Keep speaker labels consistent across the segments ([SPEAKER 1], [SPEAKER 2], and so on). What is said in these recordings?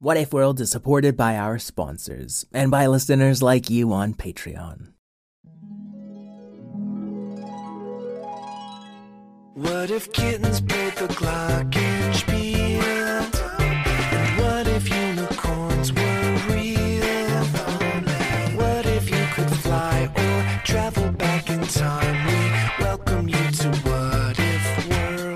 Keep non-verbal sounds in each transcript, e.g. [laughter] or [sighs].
[SPEAKER 1] What If World is supported by our sponsors and by listeners like you on Patreon.
[SPEAKER 2] What if kittens played the glockenspiel? And what if unicorns were real? What if you could fly or travel back in time? We welcome you to What If World.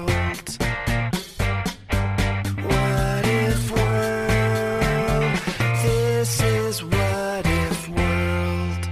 [SPEAKER 2] What if world? This is What If World.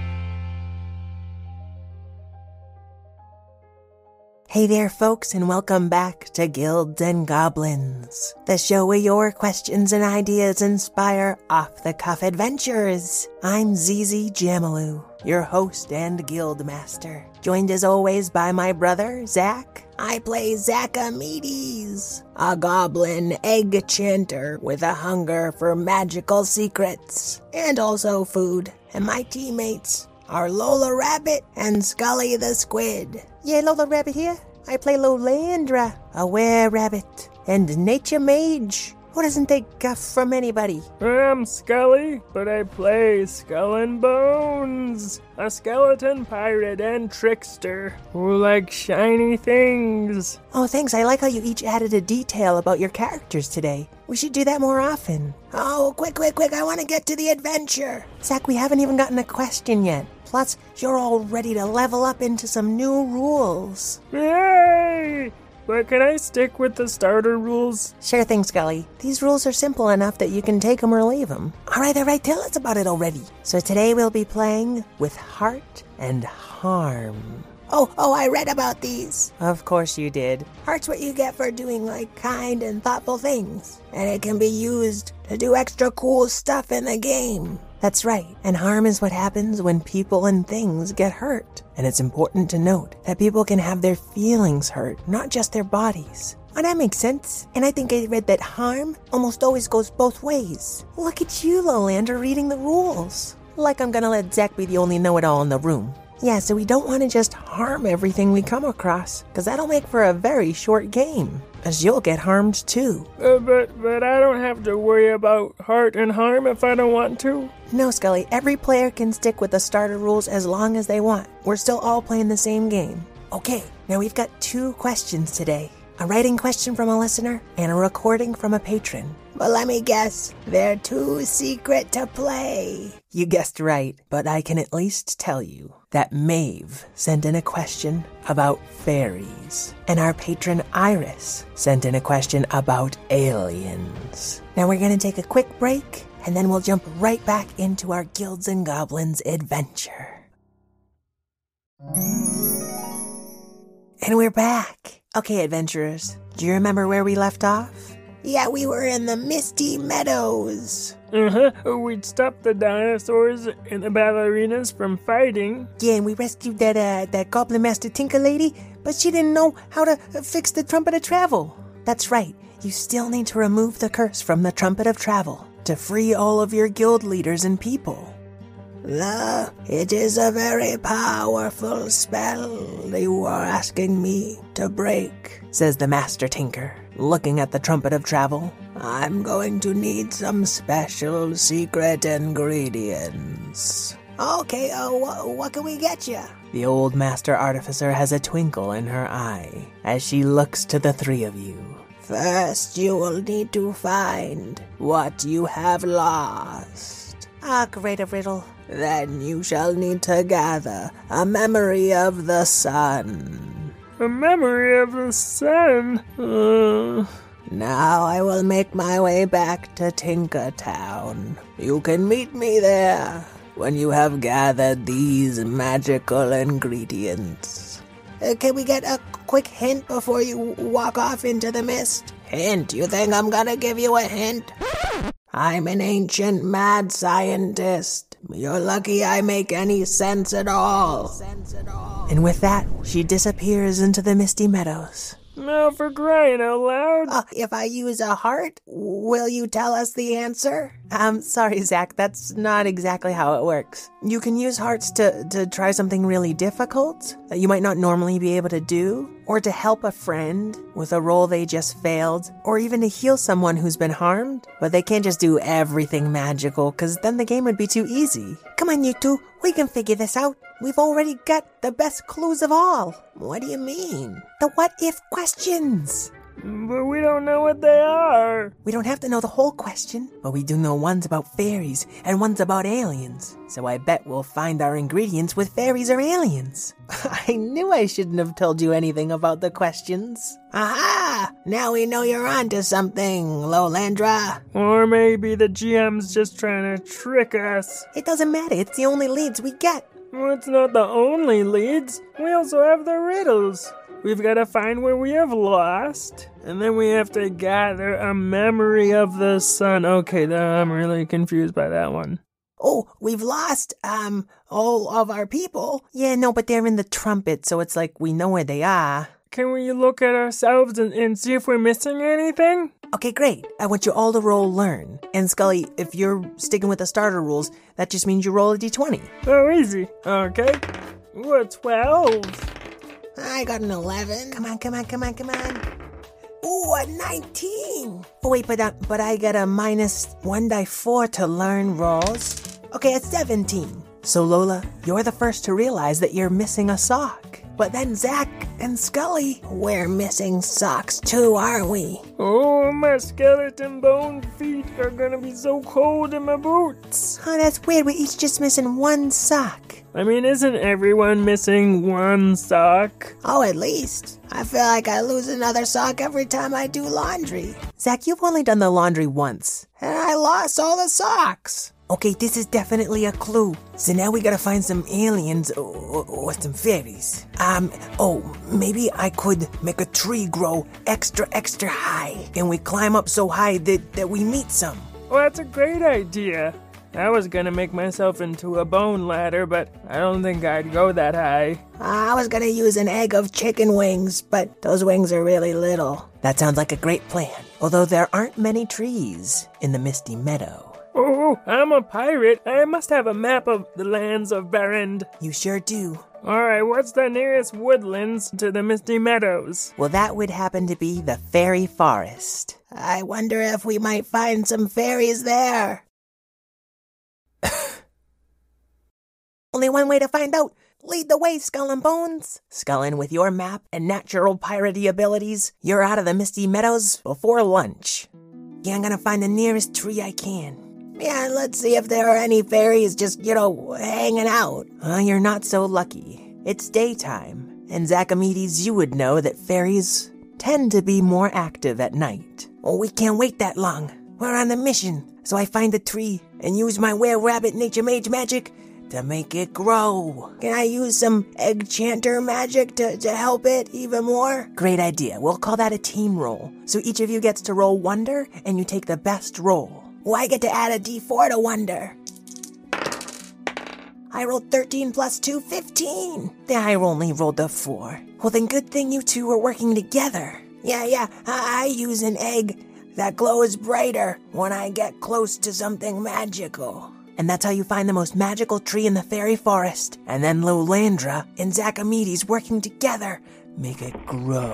[SPEAKER 3] Hey there, folks, and welcome back to Guilds and Goblins, the show where your questions and ideas inspire off the cuff adventures. I'm Zizi Jamalu, your host and guild master, joined as always by my brother, Zach. I play Zachamedes, a goblin egg chanter with a hunger for magical secrets and also food, and my teammates are Lola Rabbit and Scully the Squid. Yeah, Lola Rabbit here. I play Lolandra, a were rabbit, and Nature Mage, who doesn't take guff from anybody.
[SPEAKER 4] I'm Scully, but I play Skull and Bones, a skeleton pirate and trickster who likes shiny things.
[SPEAKER 3] Oh, thanks. I like how you each added a detail about your characters today. We should do that more often. Oh, quick, quick, quick. I want to get to the adventure. Zach, we haven't even gotten a question yet. Plus, you're all ready to level up into some new rules.
[SPEAKER 4] Yay! But can I stick with the starter rules?
[SPEAKER 3] Sure thing, Scully. These rules are simple enough that you can take 'em or leave 'em. All right, all right, tell us about it already. So today we'll be playing with heart and harm. Oh, oh, I read about these. Of course you did. Heart's what you get for doing, like, kind and thoughtful things. And it can be used to do extra cool stuff in the game. That's right, and harm is what happens when people and things get hurt. And it's important to note that people can have their feelings hurt, not just their bodies. Oh, that makes sense. And I think I read that harm almost always goes both ways. Look at you, Lolander, reading the rules. Like I'm gonna let Zach be the only know it all in the room. Yeah, so we don't want to just harm everything we come across, because that'll make for a very short game, as you'll get harmed too.
[SPEAKER 4] Uh, but but I don't have to worry about heart and harm if I don't want to.
[SPEAKER 3] No, Scully, every player can stick with the starter rules as long as they want. We're still all playing the same game. Okay, now we've got two questions today a writing question from a listener and a recording from a patron. But let me guess, they're too secret to play. You guessed right, but I can at least tell you that Maeve sent in a question about fairies, and our patron Iris sent in a question about aliens. Now we're gonna take a quick break, and then we'll jump right back into our Guilds and Goblins adventure. And we're back. Okay, adventurers, do you remember where we left off? Yeah, we were in the Misty Meadows.
[SPEAKER 4] Uh huh. We'd stop the dinosaurs and the ballerinas from fighting.
[SPEAKER 3] Yeah, and we rescued that uh, that Goblin Master Tinker lady, but she didn't know how to uh, fix the Trumpet of Travel. That's right. You still need to remove the curse from the Trumpet of Travel to free all of your guild leaders and people. The, it is a very powerful spell you are asking me to break, says the Master Tinker, looking at the Trumpet of Travel. I'm going to need some special secret ingredients. Okay, uh, wh- what can we get you? The old Master Artificer has a twinkle in her eye as she looks to the three of you. First, you will need to find what you have lost. Ah, great a riddle. Then you shall need to gather a memory of the sun.
[SPEAKER 4] A memory of the sun. Uh,
[SPEAKER 3] Now I will make my way back to Tinker Town. You can meet me there when you have gathered these magical ingredients. Uh, can we get a quick hint before you walk off into the mist? Hint? You think I'm gonna give you a hint? I'm an ancient mad scientist. You're lucky I make any sense at all. And with that, she disappears into the misty meadows.
[SPEAKER 4] now for crying out loud.
[SPEAKER 3] Uh, if I use a heart, will you tell us the answer? I'm sorry, Zach. That's not exactly how it works. You can use hearts to, to try something really difficult that you might not normally be able to do, or to help a friend with a role they just failed, or even to heal someone who's been harmed. But they can't just do everything magical, because then the game would be too easy. Come on, you two, we can figure this out. We've already got the best clues of all. What do you mean? The what if questions.
[SPEAKER 4] But we don't know what they are.
[SPEAKER 3] We don't have to know the whole question, but we do know one's about fairies and one's about aliens. So I bet we'll find our ingredients with fairies or aliens. [laughs] I knew I shouldn't have told you anything about the questions. Aha! Now we know you're onto something, Lolandra.
[SPEAKER 4] Or maybe the GM's just trying to trick us.
[SPEAKER 3] It doesn't matter, it's the only leads we get.
[SPEAKER 4] Well, it's not the only leads. We also have the riddles. We've got to find where we have lost, and then we have to gather a memory of the sun. Okay, th- I'm really confused by that one.
[SPEAKER 3] Oh, we've lost, um, all of our people. Yeah, no, but they're in the trumpet, so it's like we know where they are.
[SPEAKER 4] Can we look at ourselves and, and see if we're missing anything?
[SPEAKER 3] Okay, great. I want you all to roll learn. And Scully, if you're sticking with the starter rules, that just means you roll a d20.
[SPEAKER 4] Oh, easy. Okay. Ooh, a 12.
[SPEAKER 3] I got an 11. Come on, come on, come on, come on. Ooh, a 19. Oh, wait, but, uh, but I got a minus 1 die 4 to learn rolls. Okay, a 17. So, Lola, you're the first to realize that you're missing a sock. But then Zach and Scully, we're missing socks too, are we?
[SPEAKER 4] Oh, my skeleton bone feet are gonna be so cold in my boots.
[SPEAKER 3] Oh, that's weird. We're each just missing one sock.
[SPEAKER 4] I mean, isn't everyone missing one sock?
[SPEAKER 3] Oh, at least. I feel like I lose another sock every time I do laundry. Zach, you've only done the laundry once. And I lost all the socks. Okay, this is definitely a clue. So now we gotta find some aliens or, or, or some fairies. Um, oh, maybe I could make a tree grow extra, extra high. And we climb up so high that, that we meet some.
[SPEAKER 4] Well, Oh, that's a great idea. I was gonna make myself into a bone ladder, but I don't think I'd go that high.
[SPEAKER 3] I was gonna use an egg of chicken wings, but those wings are really little. That sounds like a great plan. Although there aren't many trees in the Misty Meadow.
[SPEAKER 4] Oh, I'm a pirate. I must have a map of the lands of Berend.
[SPEAKER 3] You sure do.
[SPEAKER 4] Alright, what's the nearest woodlands to the Misty Meadows?
[SPEAKER 3] Well, that would happen to be the fairy forest. I wonder if we might find some fairies there. Only one way to find out. Lead the way, Skull and Bones. Skullin, with your map and natural piratey abilities, you're out of the Misty Meadows before lunch. Yeah, I'm gonna find the nearest tree I can. Yeah, let's see if there are any fairies just, you know, hanging out. Uh, you're not so lucky. It's daytime, and Zachamedes, you would know that fairies tend to be more active at night. Oh, we can't wait that long. We're on a mission. So I find a tree and use my were rabbit nature mage magic to make it grow. Can I use some egg chanter magic to, to help it even more? Great idea. We'll call that a team roll. So each of you gets to roll wonder and you take the best roll. Well, I get to add a d4 to wonder. I rolled 13 plus 2, 15. Yeah, I only rolled a 4. Well, then good thing you two are working together. Yeah, yeah, I, I use an egg that glows brighter when I get close to something magical. And that's how you find the most magical tree in the fairy forest. And then Lolandra and Zachamedes working together make it grow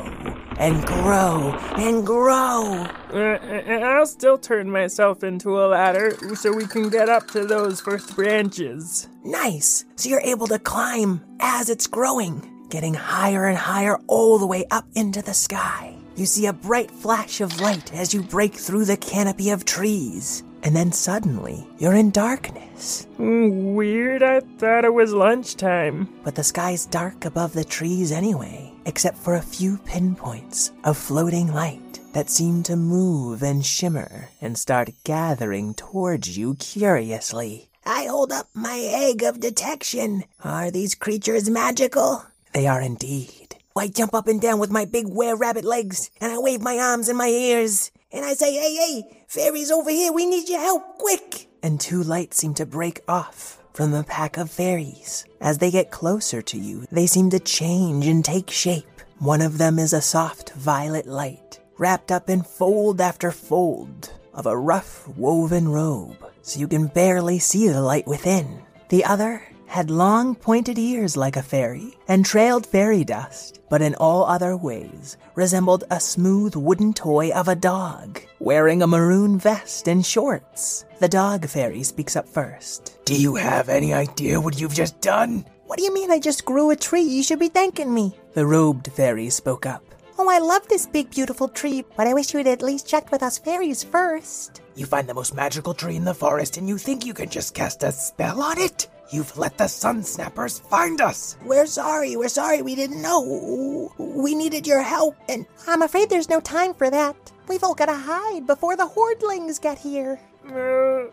[SPEAKER 3] and grow and grow.
[SPEAKER 4] Uh, and I'll still turn myself into a ladder so we can get up to those first branches.
[SPEAKER 3] Nice! So you're able to climb as it's growing, getting higher and higher all the way up into the sky. You see a bright flash of light as you break through the canopy of trees. And then suddenly, you're in darkness.
[SPEAKER 4] Mm, Weird, I thought it was lunchtime.
[SPEAKER 3] But the sky's dark above the trees anyway, except for a few pinpoints of floating light that seem to move and shimmer and start gathering towards you curiously. I hold up my egg of detection. Are these creatures magical? They are indeed. I jump up and down with my big were rabbit legs, and I wave my arms and my ears, and I say, Hey, hey, fairies over here, we need your help, quick! And two lights seem to break off from the pack of fairies. As they get closer to you, they seem to change and take shape. One of them is a soft violet light, wrapped up in fold after fold of a rough woven robe, so you can barely see the light within. The other had long pointed ears like a fairy and trailed fairy dust, but in all other ways resembled a smooth wooden toy of a dog, wearing a maroon vest and shorts. The dog fairy speaks up first. Do you have any idea what you've just done? What do you mean I just grew a tree? You should be thanking me. The robed fairy spoke up. Oh, I love this big, beautiful tree, but I wish you'd at least checked with us fairies first. You find the most magical tree in the forest and you think you can just cast a spell on it? You've let the Sunsnappers find us! We're sorry, we're sorry, we didn't know. We needed your help, and I'm afraid there's no time for that. We've all gotta hide before the Hordlings get here.
[SPEAKER 4] Uh,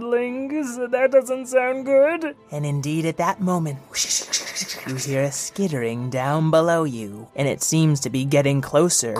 [SPEAKER 4] hordlings? That doesn't sound good.
[SPEAKER 3] And indeed, at that moment, you hear a skittering down below you, and it seems to be getting closer.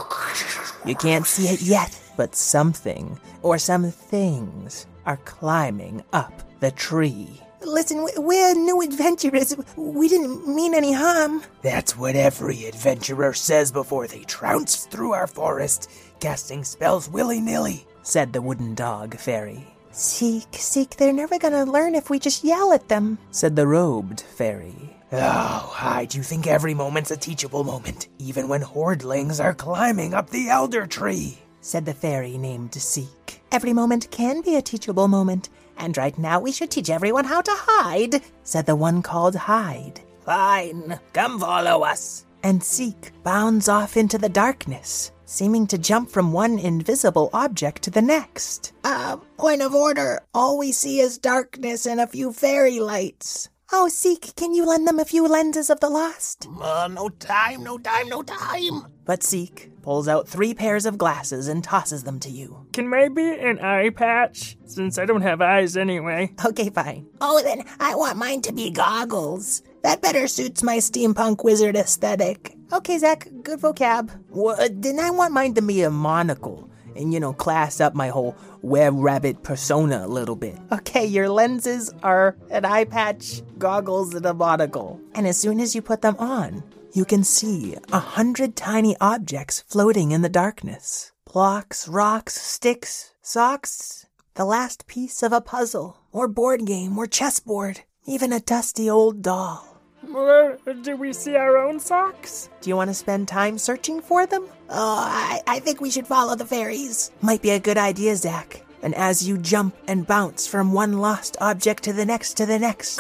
[SPEAKER 3] You can't see it yet, but something or some things are climbing up the tree. Listen, we're new adventurers. We didn't mean any harm. That's what every adventurer says before they trounce through our forest, casting spells willy nilly, said the wooden dog fairy. Seek, seek, they're never gonna learn if we just yell at them, said the robed fairy. Oh, I do think every moment's a teachable moment, even when hordlings are climbing up the elder tree, said the fairy named Seek. Every moment can be a teachable moment, and right now we should teach everyone how to hide, said the one called Hide. Fine, come follow us. And Seek bounds off into the darkness, seeming to jump from one invisible object to the next. Uh, point of order. All we see is darkness and a few fairy lights. Oh, Seek, can you lend them a few lenses of the lost?
[SPEAKER 2] Uh, no time, no time, no time.
[SPEAKER 3] But Seek pulls out three pairs of glasses and tosses them to you.
[SPEAKER 4] Can maybe an eye patch? Since I don't have eyes anyway.
[SPEAKER 3] [laughs] Okay, fine. Oh, then I want mine to be goggles. That better suits my steampunk wizard aesthetic. Okay, Zach, good vocab. Well, uh, then I want mine to be a monocle and, you know, class up my whole web rabbit persona a little bit. Okay, your lenses are an eye patch, goggles, and a monocle. And as soon as you put them on, you can see a hundred tiny objects floating in the darkness blocks, rocks, sticks, socks, the last piece of a puzzle, or board game, or chessboard, even a dusty old doll.
[SPEAKER 4] Uh, do we see our own socks?
[SPEAKER 3] Do you want to spend time searching for them? Oh, I, I think we should follow the fairies. Might be a good idea, Zach. And as you jump and bounce from one lost object to the next to the next,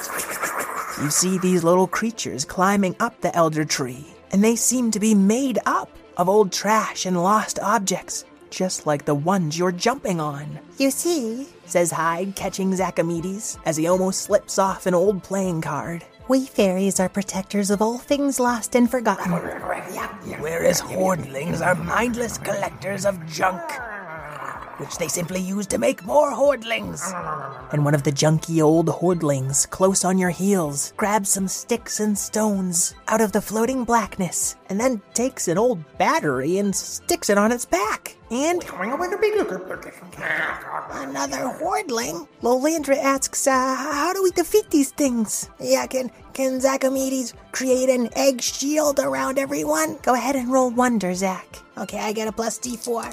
[SPEAKER 3] you see these little creatures climbing up the elder tree, and they seem to be made up of old trash and lost objects, just like the ones you're jumping on. You see, says Hyde, catching Zachamedes as he almost slips off an old playing card. We fairies are protectors of all things lost and forgotten. Whereas hoardlings are mindless collectors of junk, which they simply use to make more hoardlings and one of the junky old hoardlings close on your heels grabs some sticks and stones out of the floating blackness and then takes an old battery and sticks it on its back. And another hoardling. Lolandra asks, uh, "How do we defeat these things?" Yeah, can can Zachamedes create an egg shield around everyone? Go ahead and roll wonder, Zach. Okay, I get a plus D four.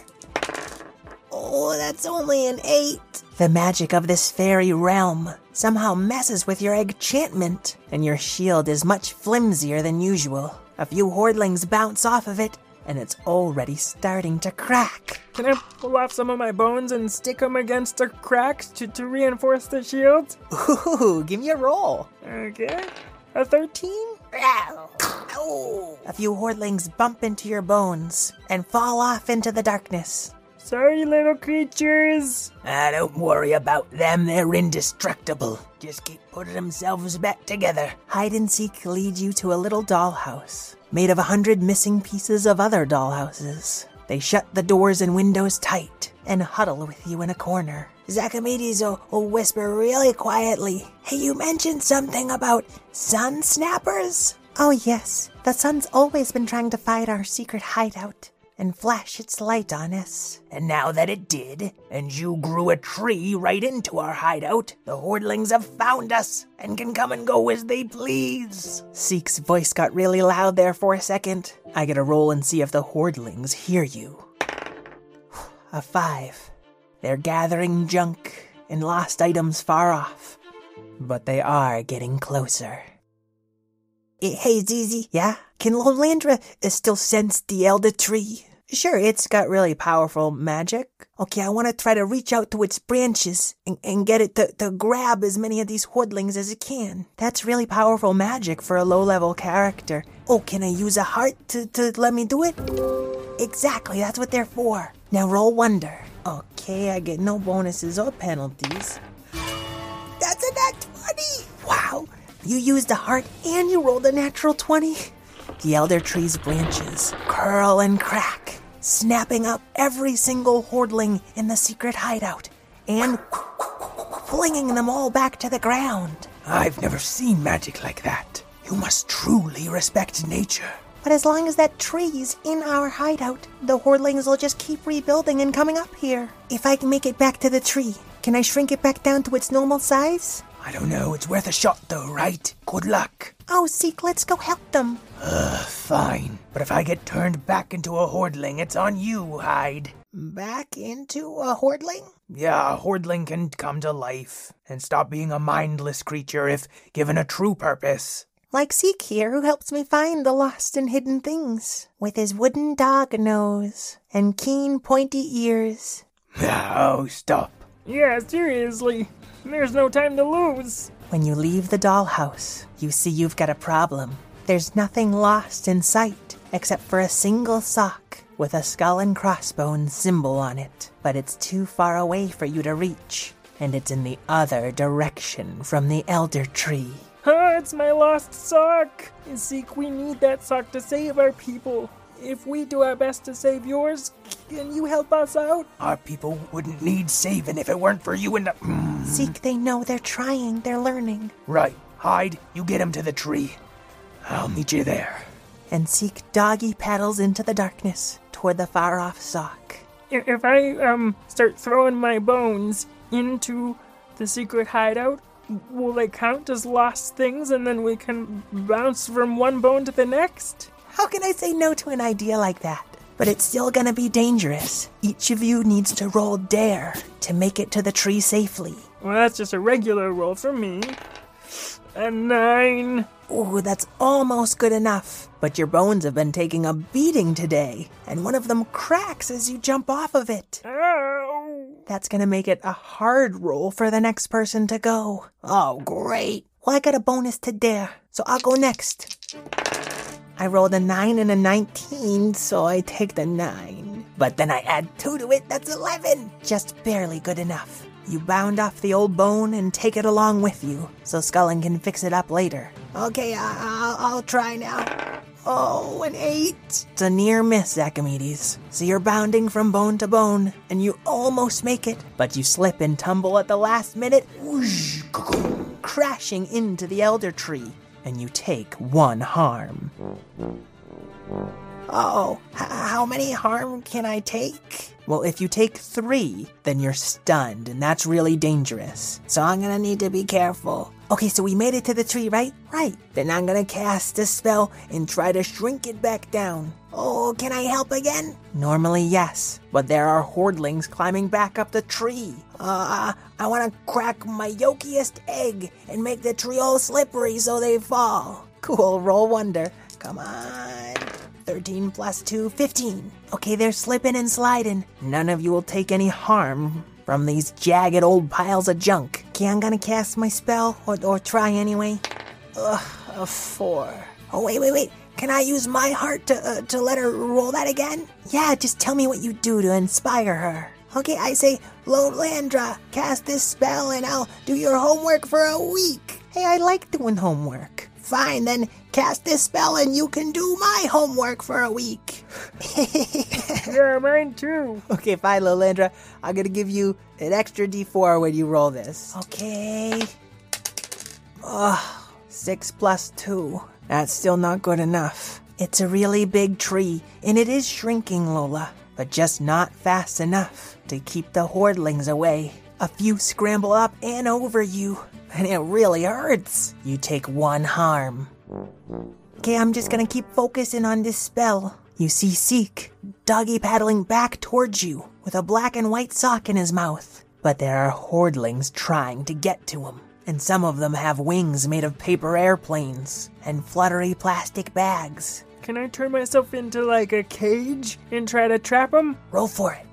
[SPEAKER 3] Oh, that's only an eight. The magic of this fairy realm somehow messes with your enchantment, and your shield is much flimsier than usual. A few hoardlings bounce off of it, and it's already starting to crack.
[SPEAKER 4] Can I pull off some of my bones and stick them against the cracks to, to reinforce the shield?
[SPEAKER 3] Ooh, give me a roll.
[SPEAKER 4] Okay. A 13?
[SPEAKER 3] A few hoardlings bump into your bones and fall off into the darkness.
[SPEAKER 4] Sorry, little creatures.
[SPEAKER 3] Ah, don't worry about them, they're indestructible. Just keep putting themselves back together. Hide and seek lead you to a little dollhouse, made of a hundred missing pieces of other dollhouses. They shut the doors and windows tight and huddle with you in a corner. Zachamedes will, will whisper really quietly, Hey, you mentioned something about sun snappers? Oh, yes. The sun's always been trying to find our secret hideout and flash its light on us. And now that it did, and you grew a tree right into our hideout, the hoardlings have found us and can come and go as they please. Seek's voice got really loud there for a second. I get a roll and see if the hoardlings hear you. [sighs] A five. They're gathering junk and lost items far off. but they are getting closer. Eh, Hey, Zizi. Yeah? Can Lolandra uh, still sense the Elder Tree? Sure, it's got really powerful magic. Okay, I want to try to reach out to its branches and, and get it to, to grab as many of these hoodlings as it can. That's really powerful magic for a low level character. Oh, can I use a heart to, to let me do it? Exactly, that's what they're for. Now roll wonder. Okay, I get no bonuses or penalties. That's a nat 20! Wow! You used a heart and you rolled a natural 20? The elder tree's branches curl and crack, snapping up every single hoardling in the secret hideout and flinging them all back to the ground.
[SPEAKER 2] I've never seen magic like that. You must truly respect nature.
[SPEAKER 3] But as long as that tree's in our hideout, the hoardlings will just keep rebuilding and coming up here. If I can make it back to the tree, can I shrink it back down to its normal size?
[SPEAKER 2] I don't know, it's worth a shot though, right? Good luck.
[SPEAKER 3] Oh, Zeke, let's go help them.
[SPEAKER 2] Fine. But if I get turned back into a hoardling, it's on you, Hyde.
[SPEAKER 3] Back into a hoardling?
[SPEAKER 2] Yeah, a hoardling can come to life and stop being a mindless creature if given a true purpose.
[SPEAKER 3] Like Zeke here, who helps me find the lost and hidden things. With his wooden dog nose and keen, pointy ears.
[SPEAKER 2] oh, stop.
[SPEAKER 4] Yeah, seriously. There's no time to lose.
[SPEAKER 3] When you leave the dollhouse, you see you've got a problem. There's nothing lost in sight except for a single sock with a skull and crossbones symbol on it, but it's too far away for you to reach, and it's in the other direction from the elder tree.
[SPEAKER 4] Huh, it's my lost sock. Zeke, we need that sock to save our people. If we do our best to save yours, can you help us out?
[SPEAKER 2] Our people wouldn't need saving if it weren't for you and the. Mm,
[SPEAKER 3] Zeke, they know they're trying, they're learning.
[SPEAKER 2] Right. Hyde, you get him to the tree. I'll meet you there.
[SPEAKER 3] And Zeke doggy paddles into the darkness toward the far off sock.
[SPEAKER 4] I- If I um start throwing my bones into the secret hideout, will they count as lost things and then we can bounce from one bone to the next?
[SPEAKER 3] How can I say no to an idea like that? But it's still gonna be dangerous. Each of you needs to roll dare to make it to the tree safely.
[SPEAKER 4] Well, that's just a regular roll for me. A nine.
[SPEAKER 3] Ooh, that's almost good enough. But your bones have been taking a beating today, and one of them cracks as you jump off of it.
[SPEAKER 4] Ow.
[SPEAKER 3] That's gonna make it a hard roll for the next person to go. Oh, great. Well, I got a bonus to dare, so I'll go next. I rolled a 9 and a 19, so I take the 9. But then I add 2 to it, that's 11! Just barely good enough. You bound off the old bone and take it along with you, so Scullin can fix it up later. Okay, I- I'll, I'll try now. Oh, an eight. It's a near miss, Achimedes. So you're bounding from bone to bone, and you almost make it, but you slip and tumble at the last minute, whoosh, crashing into the elder tree, and you take one harm. Oh, h- how many harm can I take? Well, if you take three, then you're stunned, and that's really dangerous. So I'm gonna need to be careful. Okay, so we made it to the tree, right? Right. Then I'm gonna cast a spell and try to shrink it back down. Oh, can I help again? Normally, yes, but there are hoardlings climbing back up the tree. Uh, I wanna crack my yolkiest egg and make the tree all slippery so they fall. [laughs] Cool, roll wonder. Come on. 13 plus 2, 15. Okay, they're slipping and sliding. None of you will take any harm from these jagged old piles of junk. Okay, I'm gonna cast my spell, or, or try anyway. Ugh, a 4. Oh, wait, wait, wait. Can I use my heart to, uh, to let her roll that again? Yeah, just tell me what you do to inspire her. Okay, I say, Lolandra, cast this spell and I'll do your homework for a week. Hey, I like doing homework. Fine, then cast this spell and you can do my homework for a week.
[SPEAKER 4] Yeah, mine too.
[SPEAKER 3] okay, fine, Lolandra. I'm gonna give you an extra d4 when you roll this. Okay. Ugh, six plus two. That's still not good enough. It's a really big tree, and it is shrinking, Lola, but just not fast enough to keep the hoardlings away. A few scramble up and over you, and it really hurts. You take one harm. Okay, I'm just gonna keep focusing on this spell. You see Seek, doggy paddling back towards you with a black and white sock in his mouth. But there are hoardlings trying to get to him, and some of them have wings made of paper airplanes and fluttery plastic bags.
[SPEAKER 4] Can I turn myself into like a cage and try to trap them?
[SPEAKER 3] Roll for it.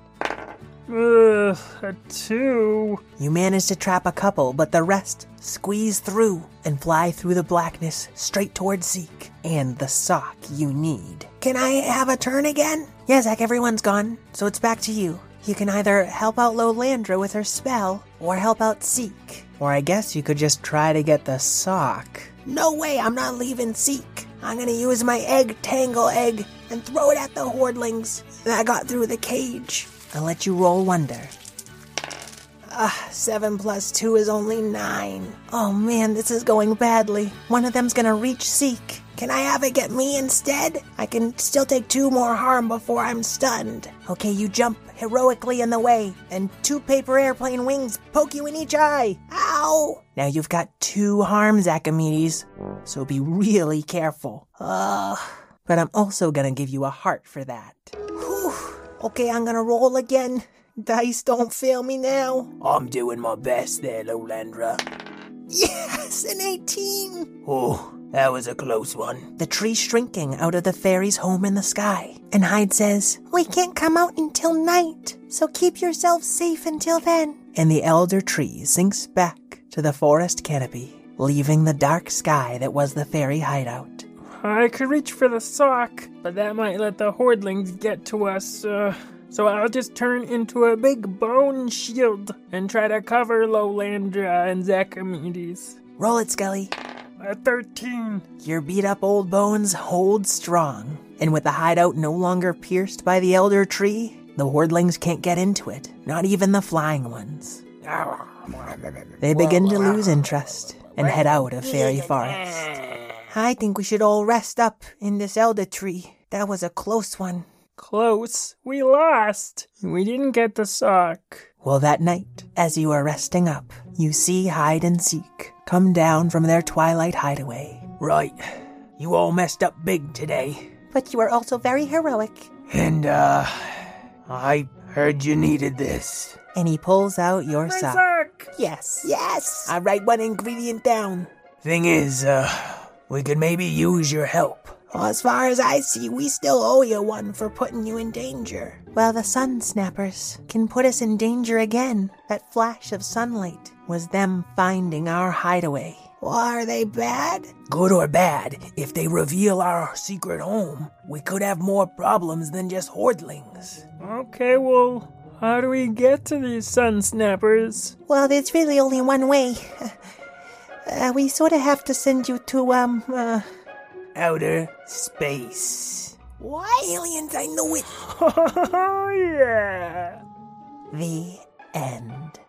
[SPEAKER 4] Ugh, a two.
[SPEAKER 3] You manage to trap a couple, but the rest squeeze through and fly through the blackness straight towards Zeke and the sock you need. Can I have a turn again? Yeah, Zach, everyone's gone, so it's back to you. You can either help out Lolandra with her spell or help out Zeke. Or I guess you could just try to get the sock. No way, I'm not leaving Zeke. I'm gonna use my egg tangle egg and throw it at the hoardlings that got through the cage. I'll let you roll wonder. Ah, seven plus two is only nine. Oh man, this is going badly. One of them's gonna reach Seek. Can I have it get me instead? I can still take two more harm before I'm stunned. Okay, you jump heroically in the way, and two paper airplane wings poke you in each eye. Ow! Now you've got two harms, Archimedes, so be really careful. Ugh. But I'm also gonna give you a heart for that. Whew. Okay, I'm gonna roll again. Dice don't fail me now. I'm doing my best there, Lolandra. Yes, an 18! Oh, that was a close one. The tree's shrinking out of the fairy's home in the sky. And Hyde says, We can't come out until night, so keep yourselves safe until then. And the elder tree sinks back to the forest canopy, leaving the dark sky that was the fairy hideout.
[SPEAKER 4] I could reach for the sock, but that might let the hoardlings get to us. Uh, so I'll just turn into a big bone shield and try to cover Lolandra and Zachamedes.
[SPEAKER 3] Roll it, Scully.
[SPEAKER 4] A 13.
[SPEAKER 3] Your beat up old bones hold strong, and with the hideout no longer pierced by the elder tree, the hoardlings can't get into it, not even the flying ones. They begin to lose interest and head out of Fairy Forest. I think we should all rest up in this elder tree. That was a close one.
[SPEAKER 4] Close. We lost. We didn't get the sock.
[SPEAKER 3] Well, that night, as you are resting up, you see Hide and Seek come down from their twilight hideaway. Right. You all messed up big today. But you are also very heroic. And, uh, I heard you needed this. And he pulls out your
[SPEAKER 4] My
[SPEAKER 3] sock.
[SPEAKER 4] sock!
[SPEAKER 3] Yes. Yes. I write one ingredient down. Thing is, uh, we could maybe use your help. as far as I see, we still owe you one for putting you in danger. Well, the sun snappers can put us in danger again. That flash of sunlight was them finding our hideaway. Are they bad? Good or bad, if they reveal our secret home, we could have more problems than just hoardlings.
[SPEAKER 4] Okay, well, how do we get to these sun snappers?
[SPEAKER 3] Well, there's really only one way. [laughs] Uh, we sort of have to send you to, um, uh... Outer space. What? Aliens, I know it!
[SPEAKER 4] [laughs] Oh, yeah!
[SPEAKER 3] The end.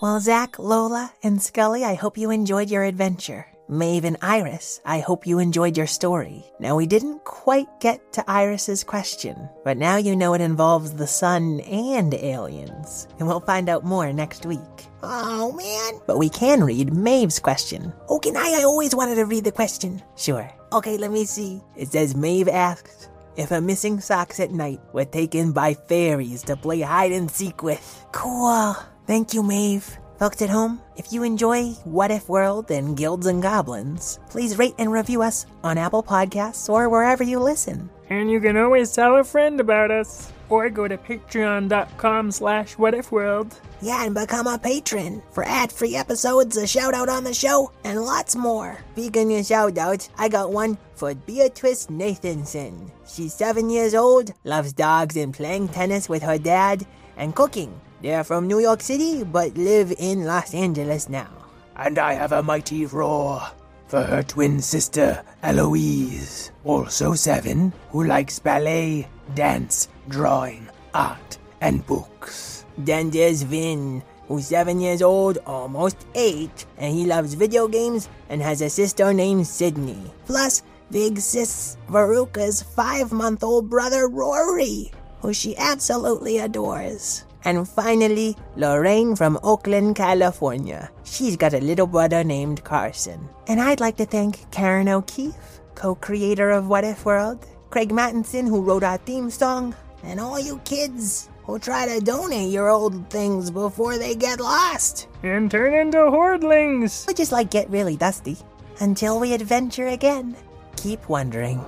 [SPEAKER 3] Well, Zach, Lola, and Scully, I hope you enjoyed your adventure. Maeve and Iris, I hope you enjoyed your story. Now, we didn't quite get to Iris's question, but now you know it involves the sun and aliens, and we'll find out more next week. Oh, man. But we can read Maeve's question. Oh, can I? I always wanted to read the question. Sure. Okay, let me see. It says Maeve asked, if a missing socks at night were taken by fairies to play hide and seek with. Cool. Thank you, Maeve. Folks at home, if you enjoy What If World and Guilds and Goblins, please rate and review us on Apple Podcasts or wherever you listen.
[SPEAKER 4] And you can always tell a friend about us. Or go to patreon.com slash whatifworld.
[SPEAKER 3] Yeah, and become a patron for ad free episodes, a shout out on the show, and lots more. Speaking of shout outs, I got one for Beatrice Nathanson. She's seven years old, loves dogs and playing tennis with her dad, and cooking. They're from New York City, but live in Los Angeles now. And I have a mighty roar for her twin sister, Eloise, also seven, who likes ballet, dance, drawing, art, and books. Then there's Vin, who's seven years old, almost eight, and he loves video games and has a sister named Sydney. Plus, big sis Veruca's five month old brother, Rory, who she absolutely adores. And finally, Lorraine from Oakland, California. She's got a little brother named Carson. And I'd like to thank Karen O'Keefe, co creator of What If World, Craig Mattinson, who wrote our theme song, and all you kids We'll try to donate your old things before they get lost.
[SPEAKER 4] and turn into hoardlings.
[SPEAKER 3] Or just like get really dusty. Until we adventure again, keep wondering.